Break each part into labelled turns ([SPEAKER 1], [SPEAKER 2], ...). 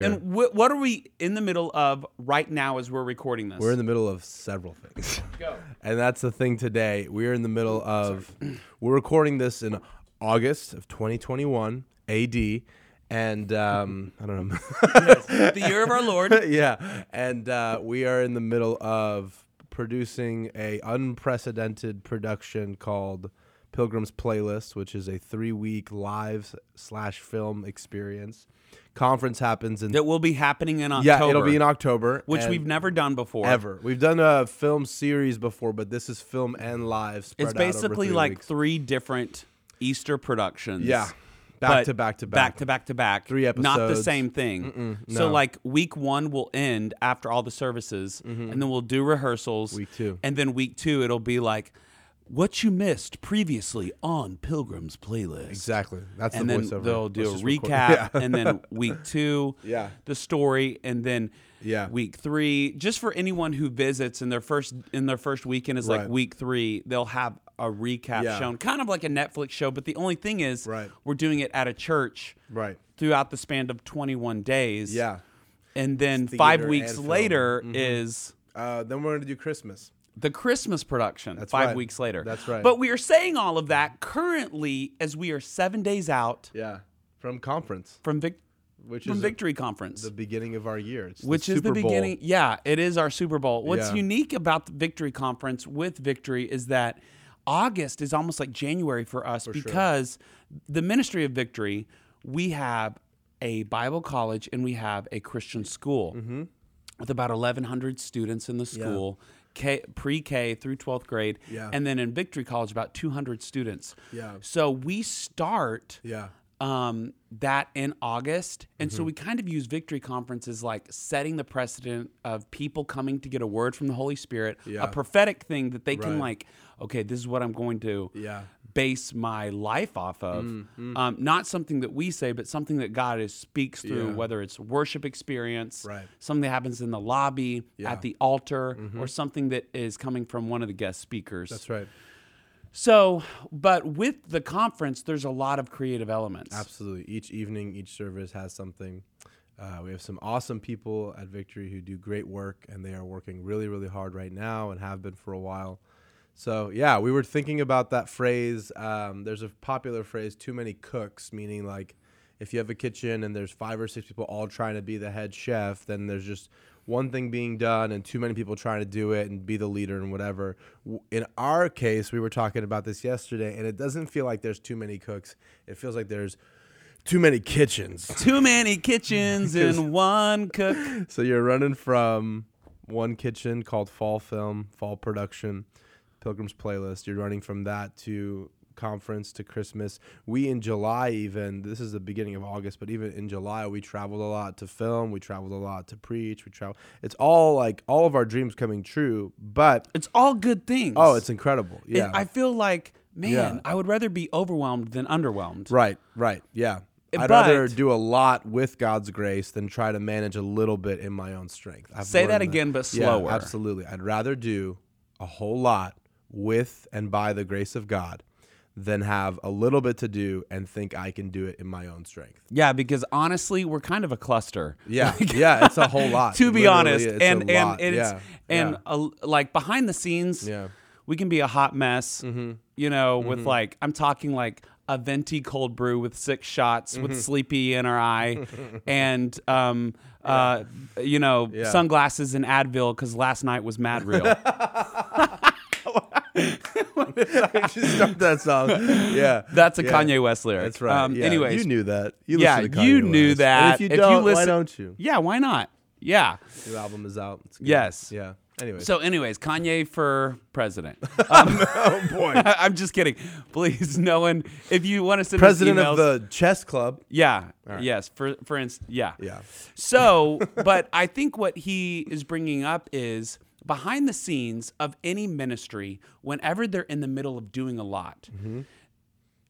[SPEAKER 1] What are we in the middle of right now as we're recording this?
[SPEAKER 2] We're in the middle of several things. And that's the thing today. We're in the middle of we're recording this in August of 2021 AD and um, I don't know.
[SPEAKER 1] the year of our Lord.
[SPEAKER 2] yeah. And uh, we are in the middle of producing a unprecedented production called Pilgrim's Playlist, which is a three-week live slash film experience. Conference happens in
[SPEAKER 1] That will be happening in October.
[SPEAKER 2] yeah, it'll be in October,
[SPEAKER 1] Which
[SPEAKER 2] and
[SPEAKER 1] we've never done before.
[SPEAKER 2] ever. We've done a film series before, but this is film and live. Spread
[SPEAKER 1] It's
[SPEAKER 2] out over
[SPEAKER 1] basically
[SPEAKER 2] three
[SPEAKER 1] like
[SPEAKER 2] weeks.
[SPEAKER 1] three different Easter productions.
[SPEAKER 2] yeah,
[SPEAKER 1] but
[SPEAKER 2] back to back to
[SPEAKER 1] Back
[SPEAKER 2] back.
[SPEAKER 1] to back to back.
[SPEAKER 2] Three
[SPEAKER 1] Not the
[SPEAKER 2] episodes.
[SPEAKER 1] same thing. So,
[SPEAKER 2] no.
[SPEAKER 1] like, week one will end after all the services, and then we'll do rehearsals.
[SPEAKER 2] Mm-hmm. Week two.
[SPEAKER 1] And then week two, it'll be like, what you missed previously on Pilgrim's Playlist.
[SPEAKER 2] exactly. That's
[SPEAKER 1] and
[SPEAKER 2] the
[SPEAKER 1] then
[SPEAKER 2] voiceover.
[SPEAKER 1] they'll do
[SPEAKER 2] Let's
[SPEAKER 1] a
[SPEAKER 2] just
[SPEAKER 1] recap
[SPEAKER 2] record- Yeah.
[SPEAKER 1] and then week two
[SPEAKER 2] Yeah.
[SPEAKER 1] the story and then
[SPEAKER 2] Yeah.
[SPEAKER 1] week three just for anyone who visits in their first in their first weekend is like
[SPEAKER 2] Right.
[SPEAKER 1] week three they'll have a recap
[SPEAKER 2] Yeah.
[SPEAKER 1] shown kind of like a netflix show but the only thing is
[SPEAKER 2] Right.
[SPEAKER 1] we're doing it at a church
[SPEAKER 2] right.
[SPEAKER 1] throughout the span of 21 days
[SPEAKER 2] Yeah.
[SPEAKER 1] and then
[SPEAKER 2] Theater
[SPEAKER 1] five weeks
[SPEAKER 2] and film.
[SPEAKER 1] later
[SPEAKER 2] Mm-hmm.
[SPEAKER 1] is
[SPEAKER 2] Uh, then we're gonna do Christmas.
[SPEAKER 1] the Christmas production five
[SPEAKER 2] right.
[SPEAKER 1] weeks later.
[SPEAKER 2] That's right.
[SPEAKER 1] But we are saying all of that currently as we are seven days out
[SPEAKER 2] Yeah, from conference,
[SPEAKER 1] from Vic-
[SPEAKER 2] which
[SPEAKER 1] from
[SPEAKER 2] is
[SPEAKER 1] Victory Conference.
[SPEAKER 2] the beginning of our year. It's
[SPEAKER 1] which
[SPEAKER 2] the
[SPEAKER 1] is the
[SPEAKER 2] Super Bowl.
[SPEAKER 1] beginning. Yeah, it is our Super Bowl. What's
[SPEAKER 2] Yeah.
[SPEAKER 1] unique about the Victory Conference with Victory is that August is almost like January for us because the Ministry of Victory, we have a Bible college and we have a Christian school
[SPEAKER 2] Mm-hmm.
[SPEAKER 1] with about 1,100 students in the school. K, pre-K through 12th grade,
[SPEAKER 2] Yeah.
[SPEAKER 1] and then in Victory College, about 200 students.
[SPEAKER 2] Yeah.
[SPEAKER 1] So we start
[SPEAKER 2] Yeah.
[SPEAKER 1] um, that in August. And
[SPEAKER 2] Mm-hmm.
[SPEAKER 1] so we kind of use victory conferences like setting the precedent of people coming to get a word from the Holy Spirit,
[SPEAKER 2] Yeah.
[SPEAKER 1] a prophetic thing that they can,
[SPEAKER 2] Right.
[SPEAKER 1] like, okay, this is what I'm going to
[SPEAKER 2] Yeah. Mm,
[SPEAKER 1] base my life off of. Um, not something that we say, but something that God is, speaks through,
[SPEAKER 2] Yeah.
[SPEAKER 1] whether it's worship experience,
[SPEAKER 2] Right.
[SPEAKER 1] something that happens in the lobby,
[SPEAKER 2] Yeah. Mm-hmm.
[SPEAKER 1] at the altar, or something that is coming from one of the guest speakers.
[SPEAKER 2] That's right.
[SPEAKER 1] So, but with the conference, there's a lot of creative elements.
[SPEAKER 2] Absolutely. Each evening, each service has something. Uh, we have some awesome people at Victory who do great work, and they are working really, really hard right now and have been for a while. So, yeah, we were thinking about that phrase. Um, there's a popular phrase, too many cooks, meaning like if you have a kitchen and there's five or six people all trying to be the head chef, then there's just one thing being done and too many people trying to do it and be the leader and whatever. W- In our case, we were talking about this yesterday, and it doesn't feel like there's too many cooks. It feels like there's too many kitchens.
[SPEAKER 1] Too many kitchens in one cook.
[SPEAKER 2] So you're running from one kitchen called Fall Film, Fall Production, Pilgrim's Playlist. You're running from that to conference to Christmas. We in July even, this is the beginning of August, but even in July we traveled a lot to film, we traveled a lot to preach, we travel. It's all like all of our dreams coming true, but
[SPEAKER 1] It's all good things.
[SPEAKER 2] oh, it's incredible.
[SPEAKER 1] It-
[SPEAKER 2] Yeah.
[SPEAKER 1] I feel like, man,
[SPEAKER 2] Yeah.
[SPEAKER 1] I would rather be overwhelmed than underwhelmed.
[SPEAKER 2] right, right. Yeah. I'd
[SPEAKER 1] But-
[SPEAKER 2] rather do a lot with God's grace than try to manage a little bit in my own strength. I've
[SPEAKER 1] Say that
[SPEAKER 2] learned
[SPEAKER 1] again, but
[SPEAKER 2] Yeah,
[SPEAKER 1] slower.
[SPEAKER 2] absolutely. I'd rather do a whole lot with and by the grace of God than have a little bit to do and think I can do it in my own strength.
[SPEAKER 1] Yeah, because honestly, we're kind of a cluster.
[SPEAKER 2] Yeah. yeah, it's a whole lot.
[SPEAKER 1] To be
[SPEAKER 2] Literally,
[SPEAKER 1] honest,
[SPEAKER 2] it's a
[SPEAKER 1] and and
[SPEAKER 2] lot.
[SPEAKER 1] it's
[SPEAKER 2] yeah.
[SPEAKER 1] and
[SPEAKER 2] yeah.
[SPEAKER 1] uh, like behind the scenes,
[SPEAKER 2] Yeah. Mm-hmm.
[SPEAKER 1] we can be a hot mess. You know, with like I'm talking like a venti cold brew with six shots,
[SPEAKER 2] Mm-hmm.
[SPEAKER 1] with sleepy in our eye, and um, uh, you know,
[SPEAKER 2] Yeah.
[SPEAKER 1] sunglasses and Advil because last night was mad real.
[SPEAKER 2] just start that song. Yeah.
[SPEAKER 1] That's a
[SPEAKER 2] Yeah.
[SPEAKER 1] Kanye West lyric.
[SPEAKER 2] That's right.
[SPEAKER 1] Um,
[SPEAKER 2] yeah.
[SPEAKER 1] anyways,
[SPEAKER 2] you knew that. You
[SPEAKER 1] yeah,
[SPEAKER 2] listened to Kanye
[SPEAKER 1] you knew
[SPEAKER 2] West.
[SPEAKER 1] that.
[SPEAKER 2] And if you
[SPEAKER 1] If you
[SPEAKER 2] don't, why
[SPEAKER 1] listen-
[SPEAKER 2] don't you?
[SPEAKER 1] yeah, why not? Yeah.
[SPEAKER 2] New album is out. It's good.
[SPEAKER 1] Yes.
[SPEAKER 2] Yeah. Anyway.
[SPEAKER 1] So, anyways, Kanye for president.
[SPEAKER 2] oh boy.
[SPEAKER 1] I, am just kidding. Please, no one. If you want to send us
[SPEAKER 2] President
[SPEAKER 1] emails-
[SPEAKER 2] of the chess club.
[SPEAKER 1] yeah, yes. For for instance, yeah,
[SPEAKER 2] Yeah.
[SPEAKER 1] So, but I think what he is bringing up is behind the scenes of any ministry, whenever they're in the middle of doing a lot,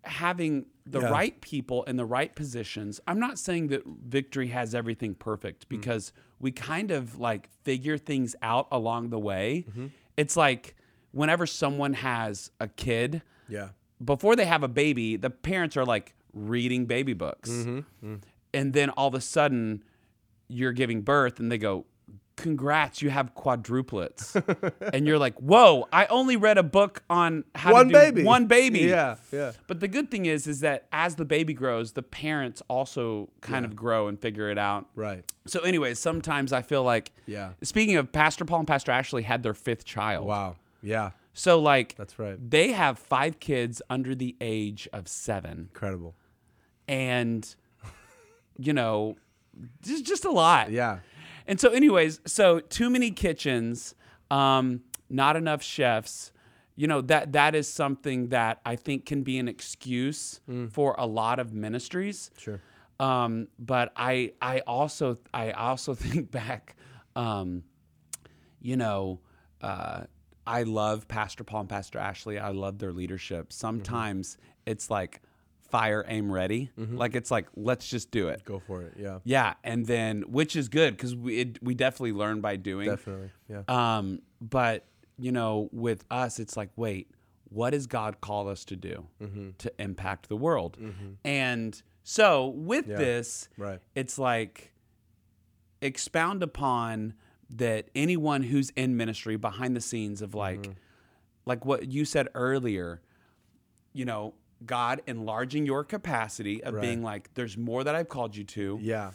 [SPEAKER 1] having the
[SPEAKER 2] Mm-hmm. Yeah.
[SPEAKER 1] right people in the right positions. I'm not saying that victory has everything
[SPEAKER 2] Mm.
[SPEAKER 1] perfect because we kind of like figure things out along the way.
[SPEAKER 2] Mm-hmm.
[SPEAKER 1] It's like whenever someone has a kid,
[SPEAKER 2] Yeah.
[SPEAKER 1] before they have a baby, the
[SPEAKER 2] Mm-hmm,
[SPEAKER 1] parents are like reading baby books. And then all of a sudden, you're giving birth and they go, Congrats, you have quadruplets. and you're like, Whoa, I only read a book on how
[SPEAKER 2] One
[SPEAKER 1] to do
[SPEAKER 2] baby.
[SPEAKER 1] one baby.
[SPEAKER 2] Yeah, yeah.
[SPEAKER 1] But the good thing is is that as the baby grows, the parents also kind of grow and figure it out.
[SPEAKER 2] Right.
[SPEAKER 1] So anyways, sometimes I feel like
[SPEAKER 2] Yeah.
[SPEAKER 1] Speaking of Pastor Paul and Pastor Ashley had their fifth child.
[SPEAKER 2] Wow. Yeah.
[SPEAKER 1] So like
[SPEAKER 2] That's right.
[SPEAKER 1] they have five kids under the age of seven,
[SPEAKER 2] Incredible.
[SPEAKER 1] and you know, just just a lot.
[SPEAKER 2] Yeah.
[SPEAKER 1] And so, anyways, so too many kitchens, um, not enough chefs. You know that that is something that I think can be an excuse for a lot of ministries.
[SPEAKER 2] Sure.
[SPEAKER 1] Um, but I I also I also think back. Um, you know, uh, I love Pastor Paul and Pastor Ashley. I love their leadership. Sometimes it's like fire, aim, ready. Like it's like let's just do it.
[SPEAKER 2] Go for it. Yeah.
[SPEAKER 1] Yeah, and then which is good because we it, we definitely learn by doing.
[SPEAKER 2] Definitely. Yeah.
[SPEAKER 1] Um, but you know, with us, it's like, wait, what does God call us to do to impact the world? And so with this,
[SPEAKER 2] Right.
[SPEAKER 1] it's like expound upon that anyone who's in ministry behind the scenes of like
[SPEAKER 2] Mm-hmm.
[SPEAKER 1] like what you said earlier you know god enlarging your capacity of being like there's more that i've called you to
[SPEAKER 2] Yeah.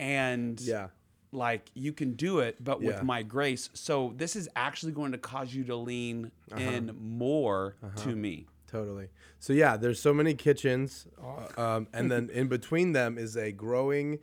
[SPEAKER 1] and
[SPEAKER 2] Yeah.
[SPEAKER 1] like you can do it but
[SPEAKER 2] Yeah.
[SPEAKER 1] with my grace so this is actually going to cause you to lean
[SPEAKER 2] Uh-huh.
[SPEAKER 1] in more to me
[SPEAKER 2] Totally. So yeah, there's so many kitchens, uh, um, and then in between them is a growing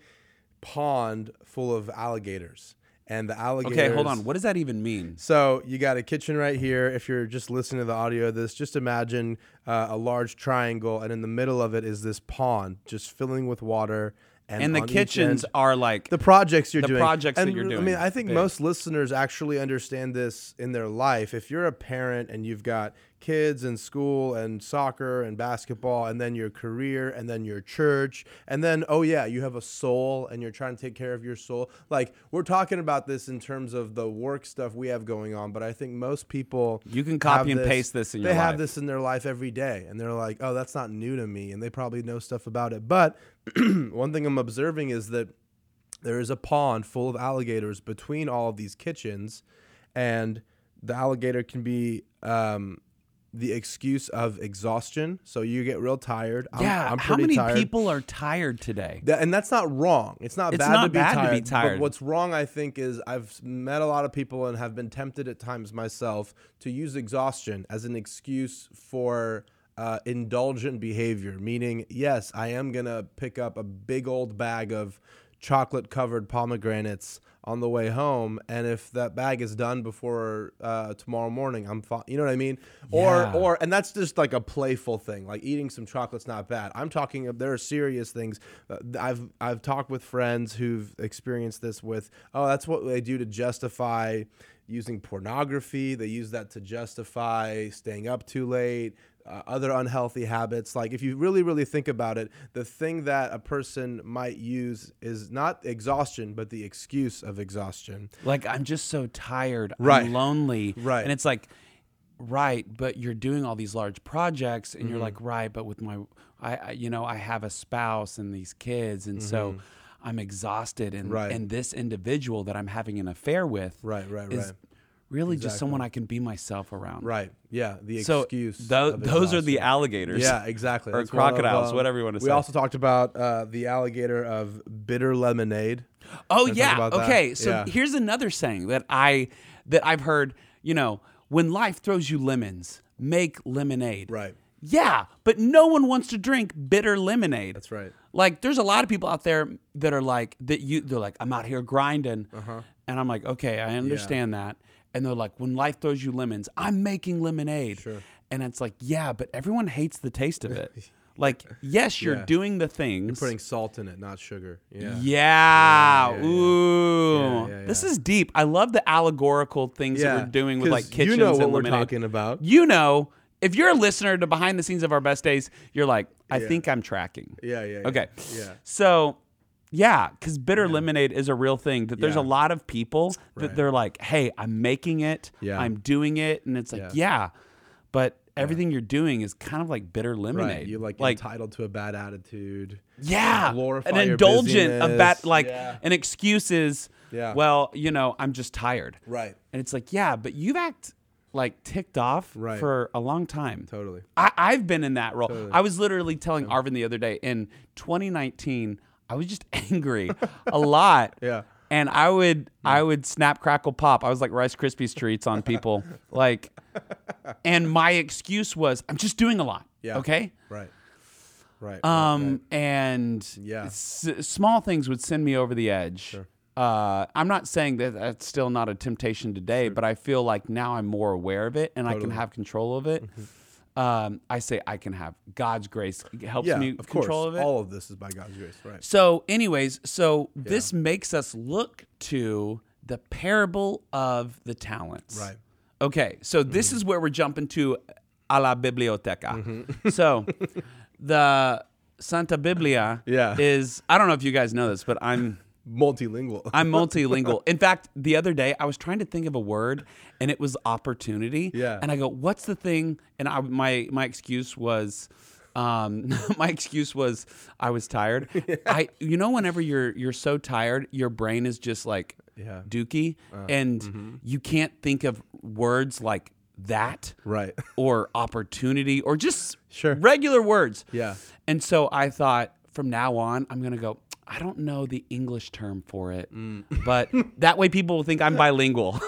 [SPEAKER 2] pond full of alligators, and the alligators.
[SPEAKER 1] okay hold on what does that even mean
[SPEAKER 2] So you got a kitchen right here. If you're just listening to the audio of this, just imagine uh, a large triangle, and in the middle of it is this pond, just filling with water. And,
[SPEAKER 1] and the
[SPEAKER 2] on each
[SPEAKER 1] kitchens
[SPEAKER 2] end-
[SPEAKER 1] are like
[SPEAKER 2] the projects you're doing
[SPEAKER 1] projects that
[SPEAKER 2] And
[SPEAKER 1] you're
[SPEAKER 2] i mean
[SPEAKER 1] doing.
[SPEAKER 2] i think
[SPEAKER 1] Big.
[SPEAKER 2] most listeners actually understand this in their life if you're a parent and you've got kids and school and soccer and basketball and then your career and then your church and then oh yeah you have a soul and you're trying to take care of your soul like we're talking about this in terms of the work stuff we have going on but i think most people
[SPEAKER 1] You can copy
[SPEAKER 2] have
[SPEAKER 1] and paste this in
[SPEAKER 2] they
[SPEAKER 1] your
[SPEAKER 2] have
[SPEAKER 1] life.
[SPEAKER 2] this in their life every day and they're like oh that's not new to me and they probably know stuff about it but one thing i'm observing is that there is a pond full of alligators between all of these kitchens, and the alligator can be um, the excuse of exhaustion. So you get real tired. I'm,
[SPEAKER 1] yeah
[SPEAKER 2] I'm
[SPEAKER 1] how
[SPEAKER 2] pretty
[SPEAKER 1] many
[SPEAKER 2] tired.
[SPEAKER 1] people are tired today
[SPEAKER 2] That- and that's not wrong. It's not
[SPEAKER 1] It's
[SPEAKER 2] bad, to,
[SPEAKER 1] not
[SPEAKER 2] be
[SPEAKER 1] bad to
[SPEAKER 2] tired,
[SPEAKER 1] be tired.
[SPEAKER 2] But what's wrong, I think, is I've met a lot of people and have been tempted at times myself to use exhaustion as an excuse for uh, indulgent behavior. Meaning, yes, I am gonna pick up a big old bag of chocolate covered pomegranates on the way home and if that bag is done before uh, tomorrow morning i'm fine you know what i mean
[SPEAKER 1] Yeah.
[SPEAKER 2] or or or and that's just like a playful thing like eating some chocolate's not bad i'm talking there are serious things Uh, i've i've talked with friends who've experienced this with oh that's what they do to justify using pornography they use that to justify staying up too late uh, other unhealthy habits like if you really really think about it the thing that a person might use is not exhaustion but the excuse of exhaustion
[SPEAKER 1] Like I'm just so tired.
[SPEAKER 2] Right.
[SPEAKER 1] I'm lonely.
[SPEAKER 2] Right.
[SPEAKER 1] And it's like, right, but you're doing all these large projects, and
[SPEAKER 2] Mm-hmm.
[SPEAKER 1] you're like, right, but with my, I, I, you know, I have a spouse and these kids, and so I'm exhausted, and
[SPEAKER 2] Mm-hmm. Right.
[SPEAKER 1] and this individual that I'm having an affair with,
[SPEAKER 2] Right, right,
[SPEAKER 1] is
[SPEAKER 2] right.
[SPEAKER 1] really just someone I can be myself around.
[SPEAKER 2] right yeah the
[SPEAKER 1] So
[SPEAKER 2] excuse
[SPEAKER 1] tho-
[SPEAKER 2] of
[SPEAKER 1] those are
[SPEAKER 2] exhaustion.
[SPEAKER 1] the alligators.
[SPEAKER 2] Yeah, exactly.
[SPEAKER 1] Or
[SPEAKER 2] That's one of, um,
[SPEAKER 1] crocodiles, whatever you wanna
[SPEAKER 2] We
[SPEAKER 1] say.
[SPEAKER 2] also talked about uh, the alligator of bitter lemonade.
[SPEAKER 1] Oh
[SPEAKER 2] Let's talk
[SPEAKER 1] yeah.
[SPEAKER 2] about that.
[SPEAKER 1] Okay. So
[SPEAKER 2] Yeah.
[SPEAKER 1] here's another saying that I that I've heard. You know, when life throws you lemons, make lemonade.
[SPEAKER 2] Right.
[SPEAKER 1] Yeah, but no one wants to drink bitter lemonade.
[SPEAKER 2] That's right.
[SPEAKER 1] Like, there's a lot of people out there that are like that. You they're like, I'm out here grinding,
[SPEAKER 2] Uh-huh.
[SPEAKER 1] and I'm like, okay, I understand that. And they're like, when life throws you lemons, I'm making lemonade. Sure. And it's like, yeah, but everyone hates the taste of it. like, yes, you're
[SPEAKER 2] Yeah.
[SPEAKER 1] doing the things.
[SPEAKER 2] Putting salt in it, not sugar. Yeah.
[SPEAKER 1] Yeah.
[SPEAKER 2] yeah, yeah.
[SPEAKER 1] Ooh.
[SPEAKER 2] yeah, yeah.
[SPEAKER 1] This is deep. I love the allegorical things that we're doing with
[SPEAKER 2] 'cause
[SPEAKER 1] like kitchens
[SPEAKER 2] You know what
[SPEAKER 1] and
[SPEAKER 2] we're
[SPEAKER 1] lemonade.
[SPEAKER 2] talking about.
[SPEAKER 1] You know, if you're a listener to behind the scenes of our best days, you're like, I think I'm tracking.
[SPEAKER 2] Yeah, yeah. yeah.
[SPEAKER 1] Okay.
[SPEAKER 2] Yeah.
[SPEAKER 1] So, yeah, because bitter lemonade is a real thing. That there's
[SPEAKER 2] Yeah.
[SPEAKER 1] a lot of people that they're like, "Hey, I'm making it.
[SPEAKER 2] Yeah.
[SPEAKER 1] I'm doing it," and it's like,
[SPEAKER 2] Yeah.
[SPEAKER 1] yeah, but everything you're doing is kind of like bitter lemonade.
[SPEAKER 2] Right. You're like,
[SPEAKER 1] like
[SPEAKER 2] entitled to a bad attitude.
[SPEAKER 1] yeah,
[SPEAKER 2] glorify
[SPEAKER 1] an
[SPEAKER 2] your
[SPEAKER 1] indulgent
[SPEAKER 2] busyness.
[SPEAKER 1] about like
[SPEAKER 2] Yeah.
[SPEAKER 1] an excuse is
[SPEAKER 2] Yeah.
[SPEAKER 1] well, you know, I'm just tired.
[SPEAKER 2] Right.
[SPEAKER 1] And it's like, yeah, but you've act like ticked off
[SPEAKER 2] Right.
[SPEAKER 1] for a long time.
[SPEAKER 2] Totally.
[SPEAKER 1] I, I've been in that role. I was literally telling Arvin the other day in 2019, I was just angry a lot.
[SPEAKER 2] Yeah.
[SPEAKER 1] And I would I would snap crackle pop. I was like Rice Krispies treats on people. like and my excuse was I'm just doing a lot.
[SPEAKER 2] Yeah.
[SPEAKER 1] Okay.
[SPEAKER 2] Right. Right.
[SPEAKER 1] Um and
[SPEAKER 2] Yeah.
[SPEAKER 1] s- small things would send me over the edge. Uh, I'm not saying that that's still not a temptation today, but I feel like now I'm more aware of it and I can have control of it. Um, I say I can have God's grace helps
[SPEAKER 2] Mm-hmm. yeah.
[SPEAKER 1] me
[SPEAKER 2] of course.
[SPEAKER 1] control of it.
[SPEAKER 2] All of this is by God's grace. Right.
[SPEAKER 1] So, anyways, so this makes us look to the parable of the talents.
[SPEAKER 2] Right. Mm-hmm.
[SPEAKER 1] Okay. So this is where we're jumping to a la biblioteca.
[SPEAKER 2] Mm-hmm.
[SPEAKER 1] So the Santa Biblia
[SPEAKER 2] Yeah.
[SPEAKER 1] is I don't know if you guys know this, but I'm
[SPEAKER 2] Multilingual.
[SPEAKER 1] I'm multilingual. In fact, the other day I was trying to think of a word, and it was opportunity.
[SPEAKER 2] Yeah.
[SPEAKER 1] And I go, "What's the thing?" And I, my my excuse was, um, my excuse was I was tired. I you know whenever you're you're so tired, your brain is just like
[SPEAKER 2] Yeah. Uh, mm-hmm.
[SPEAKER 1] dookie, and you can't think of words like that
[SPEAKER 2] right.
[SPEAKER 1] or opportunity or just
[SPEAKER 2] Sure.
[SPEAKER 1] regular words.
[SPEAKER 2] Yeah.
[SPEAKER 1] And so I thought from now on, I'm going to go, I don't know the English term for it,
[SPEAKER 2] Mm.
[SPEAKER 1] but that way people will think I'm bilingual.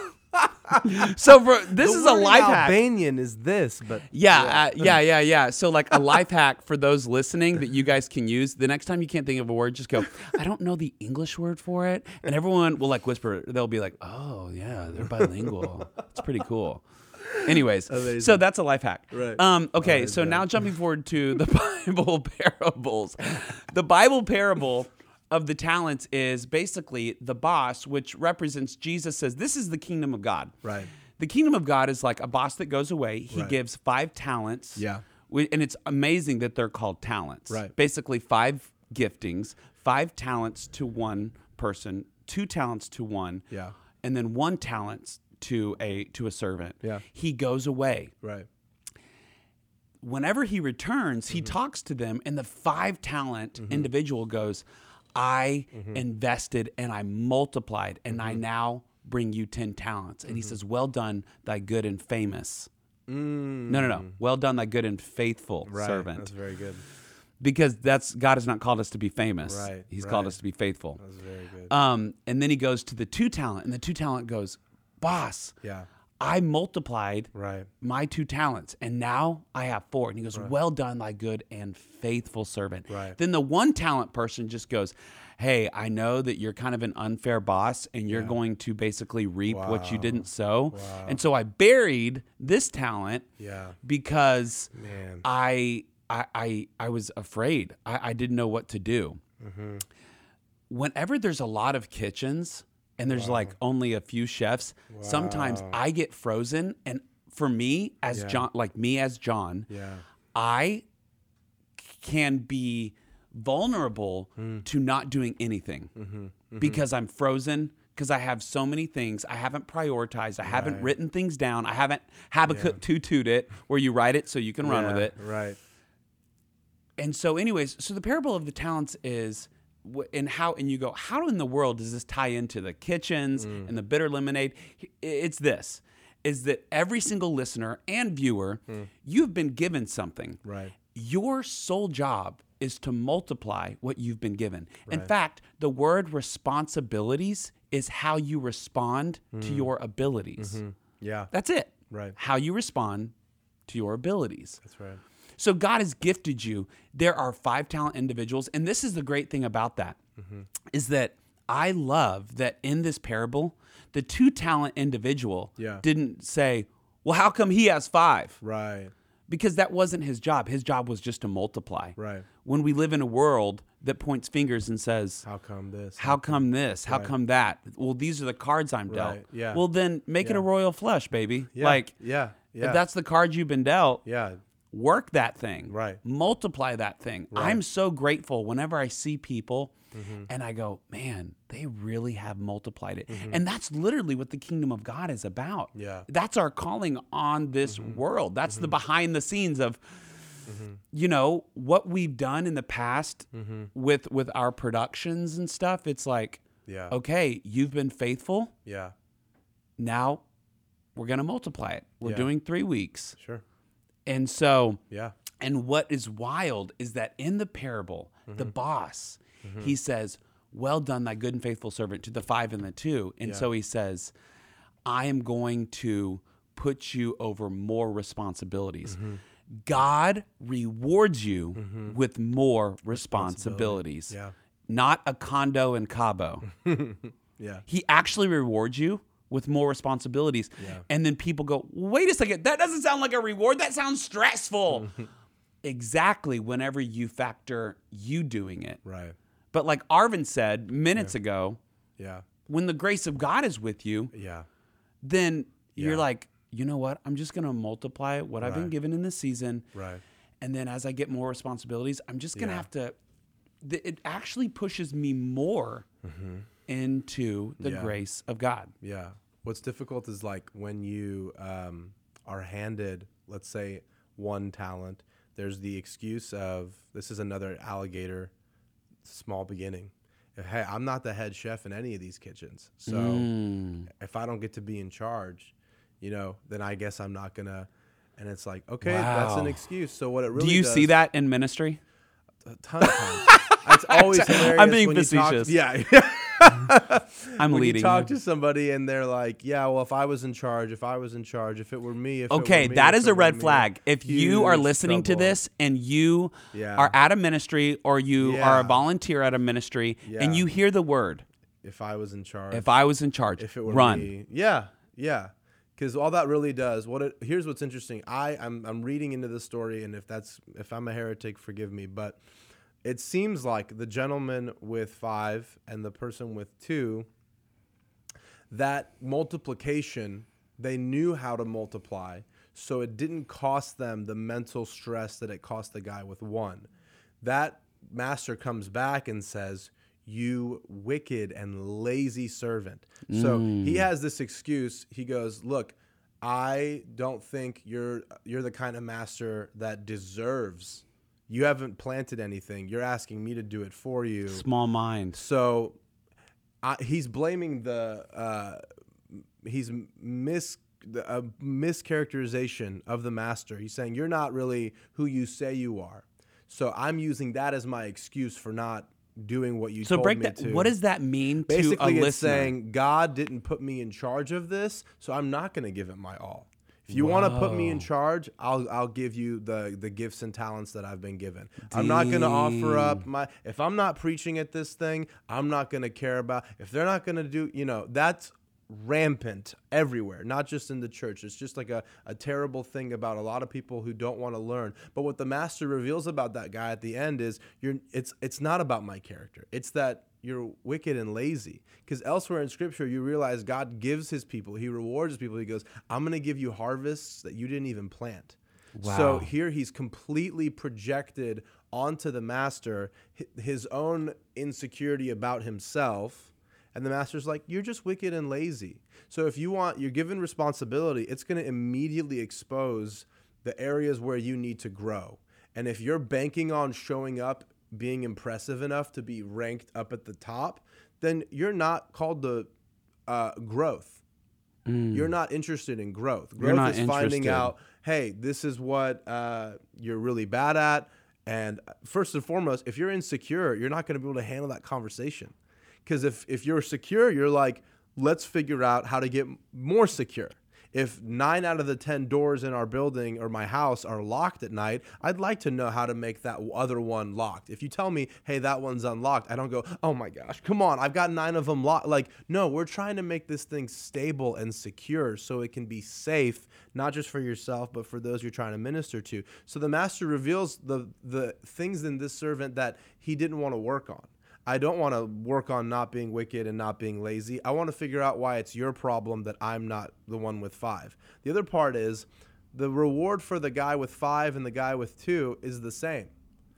[SPEAKER 1] so for, this is a life hack.
[SPEAKER 2] Albanian is this, but
[SPEAKER 1] Yeah, yeah. Uh, yeah, yeah, yeah. So like a life hack for those listening that you guys can use. The next time you can't think of a word, just go, I don't know the English word for it. And everyone will like whisper, it. they'll be like, "Oh, yeah, they're bilingual. it's pretty cool." Anyways, so that's a life hack.
[SPEAKER 2] Right.
[SPEAKER 1] Um, okay, so now jumping forward to the Bible parables. The Bible parable of the talents is basically the boss, which represents Jesus says, This is the kingdom of God.
[SPEAKER 2] Right.
[SPEAKER 1] The kingdom of God is like a boss that goes away. He
[SPEAKER 2] Right.
[SPEAKER 1] gives five talents.
[SPEAKER 2] Yeah.
[SPEAKER 1] We- And it's amazing that they're called talents.
[SPEAKER 2] Right.
[SPEAKER 1] Basically, five giftings, five talents to one person, two talents to one.
[SPEAKER 2] Yeah.
[SPEAKER 1] And then one talents to a to a servant.
[SPEAKER 2] Yeah.
[SPEAKER 1] He goes away.
[SPEAKER 2] right.
[SPEAKER 1] Whenever he returns,
[SPEAKER 2] Mm-hmm.
[SPEAKER 1] he talks to them and the five talent individual goes, "I
[SPEAKER 2] Mm-hmm.
[SPEAKER 1] invested and I multiplied and I now bring you 10 talents." And he
[SPEAKER 2] Mm-hmm.
[SPEAKER 1] says, "Well done, thy good and famous."
[SPEAKER 2] Mm,
[SPEAKER 1] No, no, no. Well done, thy good and faithful
[SPEAKER 2] right. That's
[SPEAKER 1] servant.
[SPEAKER 2] very good.
[SPEAKER 1] Because that's God has not called us to be famous.
[SPEAKER 2] Right,
[SPEAKER 1] He's called
[SPEAKER 2] right.
[SPEAKER 1] us to be faithful.
[SPEAKER 2] That's very good.
[SPEAKER 1] Um, and then he goes to the two talent, and the two talent goes, Boss,
[SPEAKER 2] yeah.
[SPEAKER 1] I multiplied
[SPEAKER 2] Right.
[SPEAKER 1] my two talents, and now I have four. And he goes, Well done, thy good and faithful servant.
[SPEAKER 2] Right.
[SPEAKER 1] Then the one talent person just goes, Hey, I know that you're kind of an unfair boss and you're going to basically reap what you didn't sow. And so I buried this talent
[SPEAKER 2] Yeah.
[SPEAKER 1] because
[SPEAKER 2] Man.
[SPEAKER 1] I, I I I was afraid. I, I didn't know what to do. Whenever there's a lot of kitchens and there's like only a few chefs, sometimes I get frozen. And for me as John, like me as John,
[SPEAKER 2] Yeah.
[SPEAKER 1] I can be vulnerable to not doing anything because I'm frozen because I have so many things I haven't prioritized. I haven't written things down. I haven't Habakkuk yeah. tutoed it where you write it so you can run
[SPEAKER 2] yeah.
[SPEAKER 1] with it.
[SPEAKER 2] Right.
[SPEAKER 1] And so, anyways, so the parable of the talents is. wh- And how and you go? How in the world does this tie into the kitchens
[SPEAKER 2] Mm.
[SPEAKER 1] and the bitter lemonade? H- It's this: is that every single listener and viewer, you've been given something,
[SPEAKER 2] Mm. Right.
[SPEAKER 1] your sole job is to multiply what you've been given. In fact, the word responsibilities is how you respond to your abilities.
[SPEAKER 2] Yeah.
[SPEAKER 1] That's it.
[SPEAKER 2] Mm. Mm-hmm. Right.
[SPEAKER 1] How you respond to your abilities.
[SPEAKER 2] That's right.
[SPEAKER 1] So God has gifted you. There are five talent individuals, and this is the great thing about that is
[SPEAKER 2] Mm-hmm.
[SPEAKER 1] that I love that in this parable, the two talent individual
[SPEAKER 2] Yeah.
[SPEAKER 1] didn't say, "Well, how come he has five?
[SPEAKER 2] Right.
[SPEAKER 1] because that wasn't his job. His job was just to multiply.
[SPEAKER 2] Right.
[SPEAKER 1] When we live in a world that points fingers and says,
[SPEAKER 2] How come this?
[SPEAKER 1] "How come this? How come that?" Well, these are the cards I'm dealt.
[SPEAKER 2] Right, yeah.
[SPEAKER 1] Well, then make it a royal flush, baby.
[SPEAKER 2] Yeah.
[SPEAKER 1] Like
[SPEAKER 2] Yeah. Yeah.
[SPEAKER 1] if that's the card you've been dealt,
[SPEAKER 2] yeah.
[SPEAKER 1] work that thing,
[SPEAKER 2] Right.
[SPEAKER 1] multiply that thing. I'm so grateful whenever I see people
[SPEAKER 2] Mm-hmm.
[SPEAKER 1] and I go, man, they really have multiplied it. And that's literally what the kingdom of God is about.
[SPEAKER 2] Mm-hmm. Yeah. Mm-hmm.
[SPEAKER 1] That's our calling on this world. That's the behind the scenes of you know what we've done in the past
[SPEAKER 2] Mm-hmm.
[SPEAKER 1] with with our productions and stuff. It's like
[SPEAKER 2] Yeah.
[SPEAKER 1] okay, you've been faithful.
[SPEAKER 2] Yeah.
[SPEAKER 1] Now we're going to multiply it. We're
[SPEAKER 2] Yeah.
[SPEAKER 1] doing 3 weeks.
[SPEAKER 2] Sure.
[SPEAKER 1] And so
[SPEAKER 2] Yeah.
[SPEAKER 1] and what is wild is that in the parable, the boss, he says, Well done, thy good and faithful servant, to the five and the two. And so he says, I am going to put you over more responsibilities. God rewards you with more responsibilities,
[SPEAKER 2] Yeah.
[SPEAKER 1] not a condo in Cabo.
[SPEAKER 2] Yeah.
[SPEAKER 1] He actually rewards you with more responsibilities. And then people go, wait a second, that doesn't sound like a reward. That sounds stressful. exactly whenever you factor you doing it.
[SPEAKER 2] Right.
[SPEAKER 1] But like Arvin said minutes ago,
[SPEAKER 2] Yeah.
[SPEAKER 1] when the grace of God is with you,
[SPEAKER 2] Yeah.
[SPEAKER 1] then
[SPEAKER 2] Yeah.
[SPEAKER 1] you're like, you know what? I'm just going to multiply what I've been
[SPEAKER 2] Right.
[SPEAKER 1] given in this season.
[SPEAKER 2] Right.
[SPEAKER 1] And then as I get more responsibilities, I'm just going to
[SPEAKER 2] Yeah.
[SPEAKER 1] have to. th- It actually pushes me more into the
[SPEAKER 2] Mm-hmm. Yeah.
[SPEAKER 1] grace of God.
[SPEAKER 2] Yeah. What's difficult is like when you um, are handed, let's say, one talent, there's the excuse of this is another alligator, small beginning. Hey, I'm not the head chef in any of these kitchens. So
[SPEAKER 1] Mm.
[SPEAKER 2] if I don't get to be in charge, you know, then I guess I'm not going to. And it's like, okay, that's an
[SPEAKER 1] Wow.
[SPEAKER 2] excuse. So what it really
[SPEAKER 1] Do you
[SPEAKER 2] does,
[SPEAKER 1] see that in ministry?
[SPEAKER 2] a ton of times. It's always hilarious.
[SPEAKER 1] being
[SPEAKER 2] when you talk-
[SPEAKER 1] facetious.
[SPEAKER 2] yeah.
[SPEAKER 1] I'm
[SPEAKER 2] when
[SPEAKER 1] leading.
[SPEAKER 2] you talk
[SPEAKER 1] you.
[SPEAKER 2] to somebody and they're like, "Yeah, well, if I was in charge, if I was in charge, if it were me, if
[SPEAKER 1] okay,
[SPEAKER 2] it were me,
[SPEAKER 1] that
[SPEAKER 2] if
[SPEAKER 1] is
[SPEAKER 2] it
[SPEAKER 1] a
[SPEAKER 2] were
[SPEAKER 1] red
[SPEAKER 2] me,"
[SPEAKER 1] flag. If you are
[SPEAKER 2] huge
[SPEAKER 1] listening to
[SPEAKER 2] trouble.
[SPEAKER 1] this and you
[SPEAKER 2] Yeah.
[SPEAKER 1] are at a ministry or you
[SPEAKER 2] Yeah.
[SPEAKER 1] are a volunteer at a ministry
[SPEAKER 2] Yeah.
[SPEAKER 1] and you hear the word,
[SPEAKER 2] if I was in charge,
[SPEAKER 1] if I was in charge,
[SPEAKER 2] if it were
[SPEAKER 1] run.
[SPEAKER 2] me, yeah, yeah, because all that really does. What it, here's what's interesting. I I'm I'm reading into this story, and if that's if I'm a heretic, forgive me, but it seems like the gentleman with five and the person with two that multiplication, they knew how to multiply. So it didn't cost them the mental stress that it cost the guy with one. That master comes back and says, You wicked and lazy servant. So he has this excuse. He goes, Look, I don't think you're you're the kind of master that deserves. You haven't planted anything. You're asking me to do it for you.
[SPEAKER 1] Small mind.
[SPEAKER 2] So I, he's blaming the uh, he's mis the, a mischaracterization of the master. He's saying you're not really who you say you are. So I'm using that as my excuse for not doing what you
[SPEAKER 1] So
[SPEAKER 2] told
[SPEAKER 1] break
[SPEAKER 2] me
[SPEAKER 1] that.
[SPEAKER 2] to.
[SPEAKER 1] What does that mean to a
[SPEAKER 2] Basically,
[SPEAKER 1] listener?
[SPEAKER 2] it's saying God didn't put me in charge of this, so I'm not going to give it my all. If you want to put me in charge, I'll I'll give you the the gifts and talents that I've been given. I'm not going to offer up my if I'm not preaching at this thing, I'm not going to care about if they're not going to do, you know, that's rampant everywhere, not just in the church. It's just like a, a terrible thing about a lot of people who don't want to learn. But what the master reveals about that guy at the end is you're it's it's not about my character. It's that you're wicked and lazy. Because elsewhere in scripture you realize God gives his people, he rewards his people. He goes, I'm gonna give you harvests that you didn't even plant. So
[SPEAKER 1] Wow.
[SPEAKER 2] here he's completely projected onto the master hi- his own insecurity about himself. And the master's like, You're just wicked and lazy. So if you want, you're given responsibility, it's going to immediately expose the areas where you need to grow. And if you're banking on showing up, being impressive enough to be ranked up at the top, then you're not called to uh, growth.
[SPEAKER 1] Mm,
[SPEAKER 2] You're not interested in growth. Growth
[SPEAKER 1] Hmm. not
[SPEAKER 2] is finding
[SPEAKER 1] interested.
[SPEAKER 2] out hey, this is what uh, you're really bad at. And uh, first and foremost, if you're insecure, you're not going to be able to handle that conversation. Because if, if you're secure, you're like, let's figure out how to get m- more secure. If nine out of the 10 doors in our building or my house are locked at night, I'd like to know how to make that w- other one locked. If you tell me, hey, that one's unlocked, I don't go, oh my gosh, come on, I've got nine of them locked. Like, no, we're trying to make this thing stable and secure so it can be safe, not just for yourself, but for those you're trying to minister to. So the master reveals the, the things in this servant that he didn't want to work on. I don't want to work on not being wicked and not being lazy. I want to figure out why it's your problem that I'm not the one with five. The other part is the reward for the guy with five and the guy with two is the same.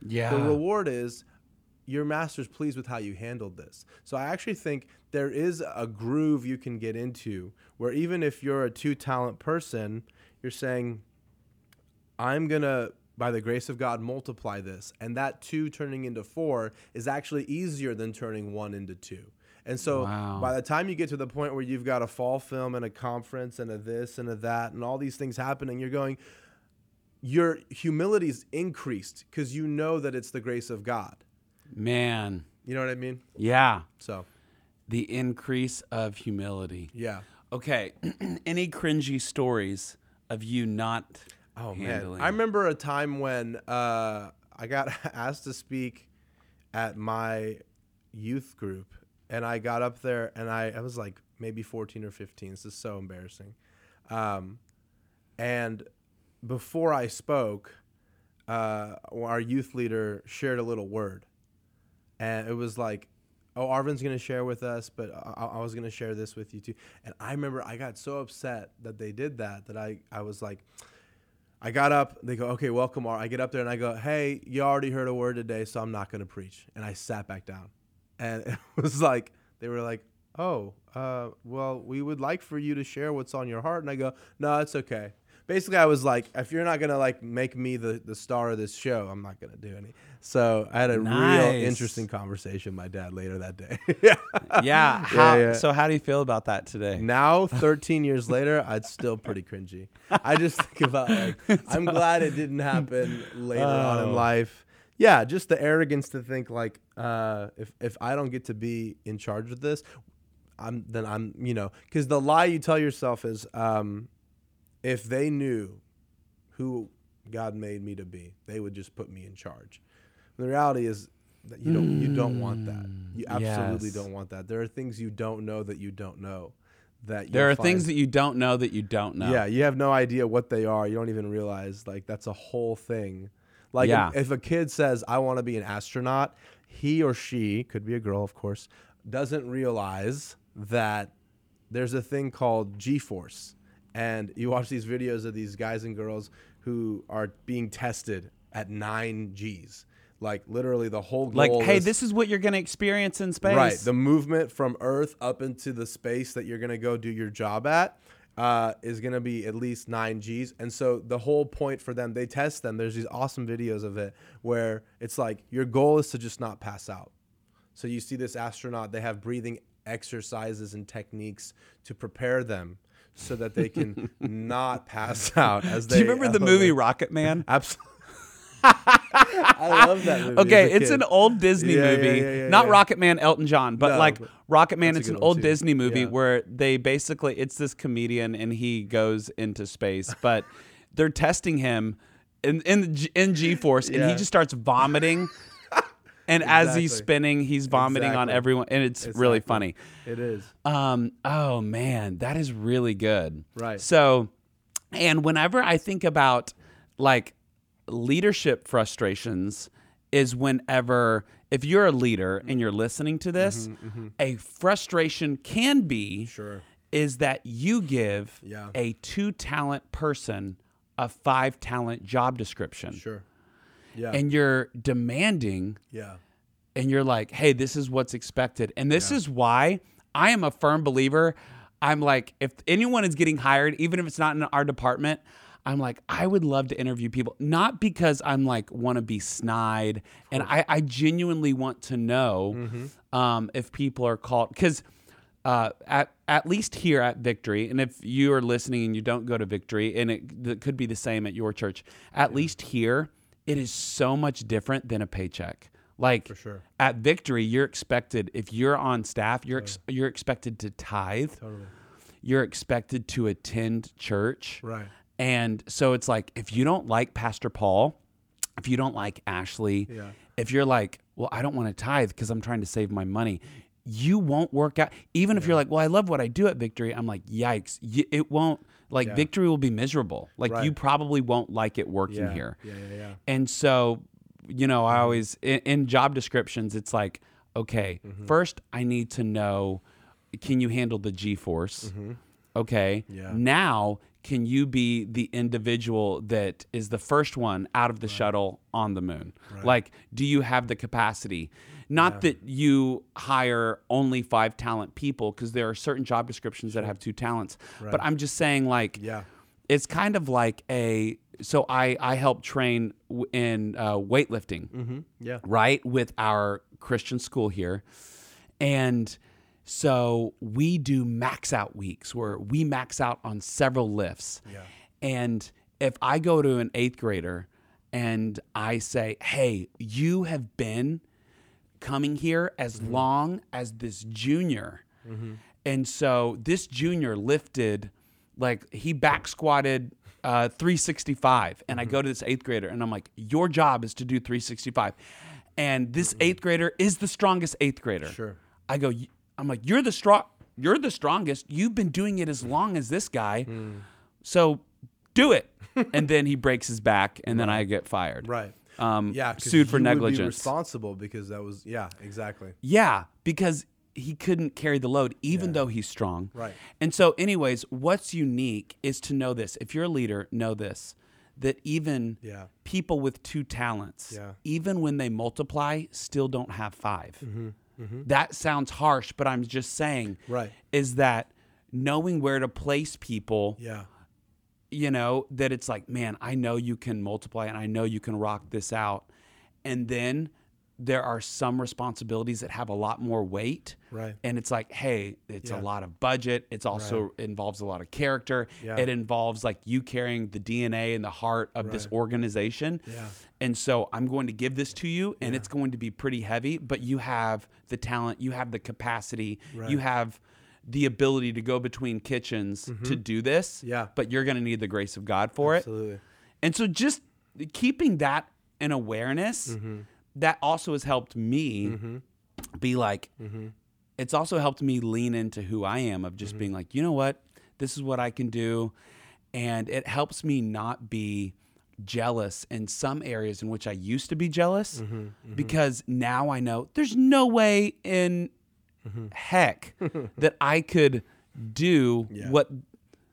[SPEAKER 1] Yeah.
[SPEAKER 2] The reward is your master's pleased with how you handled this. So I actually think there is a groove you can get into where even if you're a two talent person, you're saying, I'm going to, by the grace of God, multiply this. And that two turning into four is actually easier than turning one into two. And so
[SPEAKER 1] Wow.
[SPEAKER 2] by the time you get to the point where you've got a fall film and a conference and a this and a that and all these things happening, you're going, your humility's increased because you know that it's the grace of God.
[SPEAKER 1] Man.
[SPEAKER 2] You know what I mean?
[SPEAKER 1] Yeah.
[SPEAKER 2] So,
[SPEAKER 1] The increase of humility.
[SPEAKER 2] yeah.
[SPEAKER 1] Okay. Any cringy stories of you not
[SPEAKER 2] Oh
[SPEAKER 1] handling?
[SPEAKER 2] man, I remember a time when uh, I got asked to speak at my youth group, and I got up there, and I, I was like maybe 14 or 15. This is so embarrassing. Um, and before I spoke, uh, our youth leader shared a little word, and it was like, "Oh, Arvin's gonna share with us, but I, I was gonna share this with you too." And I remember I got so upset that they did that that I I was like. I got up. They go, okay, welcome. Ar-" I get up there and I go, hey, you already heard a word today, so I'm not going to preach. And I sat back down. And it was like, they were like, oh, uh, well, we would like for you to share what's on your heart. And I go, no, it's okay. Basically, I was like, if you're not going to like make me the, the star of this show, I'm not going to do any. So I had a
[SPEAKER 1] Nice.
[SPEAKER 2] real interesting conversation with my dad later that day. yeah.
[SPEAKER 1] yeah. How,
[SPEAKER 2] yeah.
[SPEAKER 1] So how do you feel about that today?
[SPEAKER 2] Now, 13 years later, I'd still pretty cringy. I just think about like, I'm glad it didn't happen later on in life. Yeah, just the arrogance to think like, uh, if if I don't get to be in charge of this, I'm then I'm you know because the lie you tell yourself is, um, if they knew who God made me to be, they would just put me in charge. The reality is that you don't you don't want that. You absolutely
[SPEAKER 1] yes.
[SPEAKER 2] don't want that. There are things you don't know that you don't know that
[SPEAKER 1] There
[SPEAKER 2] you'll
[SPEAKER 1] are things that
[SPEAKER 2] find-
[SPEAKER 1] you don't know that you don't know.
[SPEAKER 2] yeah you have no idea what they are. You don't even realize like that's a whole thing. Like
[SPEAKER 1] Yeah.
[SPEAKER 2] if, if a kid says I want to be an astronaut, he or she could be a girl, of course, doesn't realize that there's a thing called G-force, and you watch these videos of these guys and girls who are being tested at nine G's. Like literally the whole goal
[SPEAKER 1] Like, hey,
[SPEAKER 2] is-
[SPEAKER 1] this is what you're going to experience in space.
[SPEAKER 2] Right. The movement from Earth up into the space that you're going to go do your job at uh, is going to be at least nine G's. And so the whole point for them, they test them. There's these awesome videos of it where it's like your goal is to just not pass out. So you see this astronaut, they have breathing exercises and techniques to prepare them so that they can not pass out as they
[SPEAKER 1] do you remember the movie Rocket Man?
[SPEAKER 2] Absolutely. I love that movie. as
[SPEAKER 1] Okay,
[SPEAKER 2] a
[SPEAKER 1] it's
[SPEAKER 2] kid.
[SPEAKER 1] an old Disney
[SPEAKER 2] Yeah, yeah,
[SPEAKER 1] movie,
[SPEAKER 2] yeah, yeah,
[SPEAKER 1] not
[SPEAKER 2] yeah.
[SPEAKER 1] Rocket Man, Elton John, but
[SPEAKER 2] No,
[SPEAKER 1] like
[SPEAKER 2] but
[SPEAKER 1] Rocket Man. It's
[SPEAKER 2] that's a
[SPEAKER 1] an
[SPEAKER 2] good one
[SPEAKER 1] old
[SPEAKER 2] too.
[SPEAKER 1] Disney movie
[SPEAKER 2] Yeah.
[SPEAKER 1] where they basically it's this comedian and he goes into space, but they're testing him in in the G- in G force, and he
[SPEAKER 2] Yeah.
[SPEAKER 1] just starts vomiting. And as he's
[SPEAKER 2] Exactly.
[SPEAKER 1] spinning, he's vomiting on
[SPEAKER 2] Exactly.
[SPEAKER 1] everyone, and it's really funny.
[SPEAKER 2] Exactly. It is.
[SPEAKER 1] Um, oh man, that is really good.
[SPEAKER 2] Right.
[SPEAKER 1] So, and whenever I think about like leadership frustrations, is whenever if you're a leader
[SPEAKER 2] Mm-hmm.
[SPEAKER 1] and you're listening to this, a frustration can be
[SPEAKER 2] Sure.
[SPEAKER 1] is that you give
[SPEAKER 2] Yeah.
[SPEAKER 1] a two talent person a five talent job description,
[SPEAKER 2] Sure. Yeah.
[SPEAKER 1] and you're demanding
[SPEAKER 2] yeah.
[SPEAKER 1] and you're like, hey, this is what's expected. And this is why I am a firm believer. I'm like, if anyone is getting hired, even if it's not in our department, I'm like, I would love to interview people. Not because I'm like, want to be snide. And I, I genuinely want to know um, if people are called. Because uh, at, at least here at Victory, and if you are listening and you don't go to Victory, and it, it could be the same at your church, at least here, it is so much different than a paycheck. Like
[SPEAKER 2] sure.
[SPEAKER 1] at Victory, you're expected if you're on staff, you're ex- you're expected to tithe.
[SPEAKER 2] Totally.
[SPEAKER 1] You're expected to attend church.
[SPEAKER 2] Right.
[SPEAKER 1] And so it's like if you don't like Pastor Paul, if you don't like Ashley,
[SPEAKER 2] Yeah.
[SPEAKER 1] if you're like, well, I don't want to tithe because I'm trying to save my money, you won't work out. Even if you're like, well, I love what I do at Victory, I'm like, yikes, y- it won't. Like Victory will be miserable. Like
[SPEAKER 2] Right.
[SPEAKER 1] you probably won't like it working
[SPEAKER 2] Yeah.
[SPEAKER 1] here.
[SPEAKER 2] Yeah, yeah, yeah. Mm-hmm.
[SPEAKER 1] And so, you know, I always in, in job descriptions, it's like, okay,
[SPEAKER 2] Mm-hmm.
[SPEAKER 1] first I need to know, can you handle the G force? Okay.
[SPEAKER 2] Mm-hmm. Yeah.
[SPEAKER 1] Now, can you be the individual that is the first one out of the shuttle on the moon? Like, do you have the capacity? Not that you hire only five talent people, because there are certain job descriptions that have two talents. But I'm just saying, like,
[SPEAKER 2] Yeah.
[SPEAKER 1] it's kind of like a. So I I help train w- in uh, weightlifting
[SPEAKER 2] Mm-hmm. Yeah.
[SPEAKER 1] right with our christian school here and so we do max out weeks where we max out on several lifts
[SPEAKER 2] Yeah.
[SPEAKER 1] and if i go to an eighth grader and i say hey you have been coming here as long as this junior and so this junior lifted like he back squatted uh, 365 and i go to this eighth grader and i'm like your job is to do 365 and this eighth grader is the strongest eighth grader
[SPEAKER 2] Sure.
[SPEAKER 1] i go "Y- i'm like you're the strong you're the strongest you've been doing it as long as this guy so do it and then he breaks his back and then i get fired
[SPEAKER 2] Right.
[SPEAKER 1] um,
[SPEAKER 2] yeah. 'cause
[SPEAKER 1] sued for
[SPEAKER 2] you would be
[SPEAKER 1] negligence
[SPEAKER 2] responsible because that was yeah exactly.
[SPEAKER 1] yeah, because he couldn't carry the load, even though he's strong.
[SPEAKER 2] Right.
[SPEAKER 1] And so, anyways, what's unique is to know this. If you're a leader, know this that even
[SPEAKER 2] Yeah.
[SPEAKER 1] people with two talents,
[SPEAKER 2] Yeah.
[SPEAKER 1] even when they multiply, still don't have 5
[SPEAKER 2] Mm-hmm.
[SPEAKER 1] That sounds harsh, but I'm just saying,
[SPEAKER 2] Right.
[SPEAKER 1] is that knowing where to place people
[SPEAKER 2] Yeah.
[SPEAKER 1] you know, that it's like, man, I know you can multiply and I know you can rock this out. And then there are some responsibilities that have a lot more weight.
[SPEAKER 2] Right.
[SPEAKER 1] And it's like, hey, it's a
[SPEAKER 2] Yeah.
[SPEAKER 1] lot of budget. It's also involves a lot of character.
[SPEAKER 2] Yeah.
[SPEAKER 1] It involves like you carrying the DNA and the heart of this organization.
[SPEAKER 2] Yeah.
[SPEAKER 1] And so I'm going to give this to you and it's going to be pretty heavy, but you have the talent, you have the capacity, you have the ability to go between kitchens to do this
[SPEAKER 2] Mm-hmm. Yeah.
[SPEAKER 1] but you're going to need the grace of God for
[SPEAKER 2] Absolutely.
[SPEAKER 1] it. And so just keeping that in awareness, that also has helped me be like,
[SPEAKER 2] Mm-hmm.
[SPEAKER 1] it's also helped me lean into who I am of just being like, you know what? This is what I can do. And it helps me not be jealous in some areas in which I used to be jealous
[SPEAKER 2] Mm-hmm.
[SPEAKER 1] because now I know there's no way in
[SPEAKER 2] Mm-hmm.
[SPEAKER 1] heck that I could do what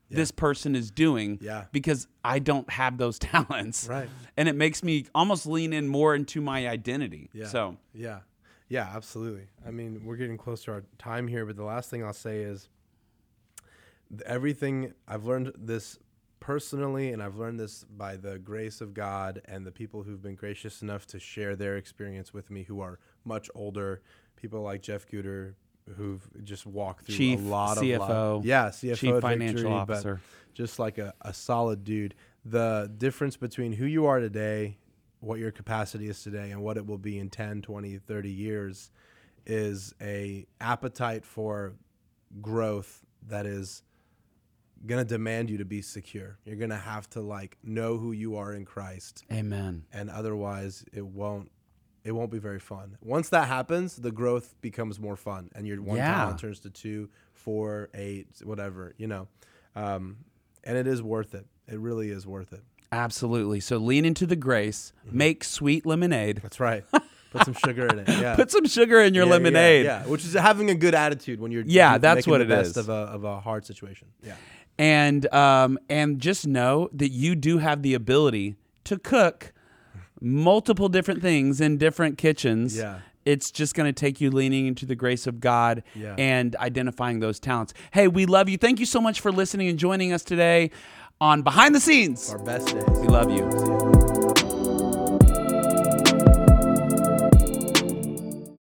[SPEAKER 1] this person is doing
[SPEAKER 2] Yeah.
[SPEAKER 1] because I don't have those talents.
[SPEAKER 2] Right.
[SPEAKER 1] And it makes me almost lean in more into my identity.
[SPEAKER 2] Yeah.
[SPEAKER 1] So,
[SPEAKER 2] Yeah. Yeah, absolutely. I mean, we're getting close to our time here, but the last thing I'll say is th- everything I've learned this personally, and I've learned this by the grace of God and the people who've been gracious enough to share their experience with me who are much older, people like Jeff Guter, who've just walked through
[SPEAKER 1] Chief,
[SPEAKER 2] a lot of
[SPEAKER 1] CFO,
[SPEAKER 2] life. Yeah, CFO,
[SPEAKER 1] Chief
[SPEAKER 2] at
[SPEAKER 1] Financial
[SPEAKER 2] Victory, but
[SPEAKER 1] Officer.
[SPEAKER 2] just like a, a solid dude. The difference between who you are today, what your capacity is today, and what it will be in 10, 20, 30 years is a appetite for growth that is going to demand you to be secure. You're going to have to like know who you are in Christ
[SPEAKER 1] amen.
[SPEAKER 2] and otherwise it won't it won't be very fun. Once that happens, the growth becomes more fun, and your one
[SPEAKER 1] Yeah.
[SPEAKER 2] talent turns to two, four, eight, whatever you know, um, and it is worth it. It really is worth it.
[SPEAKER 1] Absolutely. So lean into the grace,
[SPEAKER 2] Mm-hmm.
[SPEAKER 1] make sweet lemonade,
[SPEAKER 2] That's right. Put some sugar in it. Yeah.
[SPEAKER 1] put some sugar in your
[SPEAKER 2] Yeah, yeah,
[SPEAKER 1] lemonade.
[SPEAKER 2] Yeah, which is having a good attitude when you're
[SPEAKER 1] Yeah,
[SPEAKER 2] you're
[SPEAKER 1] that's
[SPEAKER 2] making
[SPEAKER 1] what
[SPEAKER 2] the
[SPEAKER 1] it
[SPEAKER 2] best
[SPEAKER 1] is.
[SPEAKER 2] of a of a hard situation. Yeah,
[SPEAKER 1] And um and just know that you do have the ability to cook multiple different things in different kitchens.
[SPEAKER 2] Yeah.
[SPEAKER 1] It's just going to take you leaning into the grace of God
[SPEAKER 2] Yeah.
[SPEAKER 1] and identifying those talents. Hey, we love you. Thank you so much for listening and joining us today on Behind the Scenes.
[SPEAKER 2] our best
[SPEAKER 1] We
[SPEAKER 2] days.
[SPEAKER 1] love you.
[SPEAKER 2] See ya.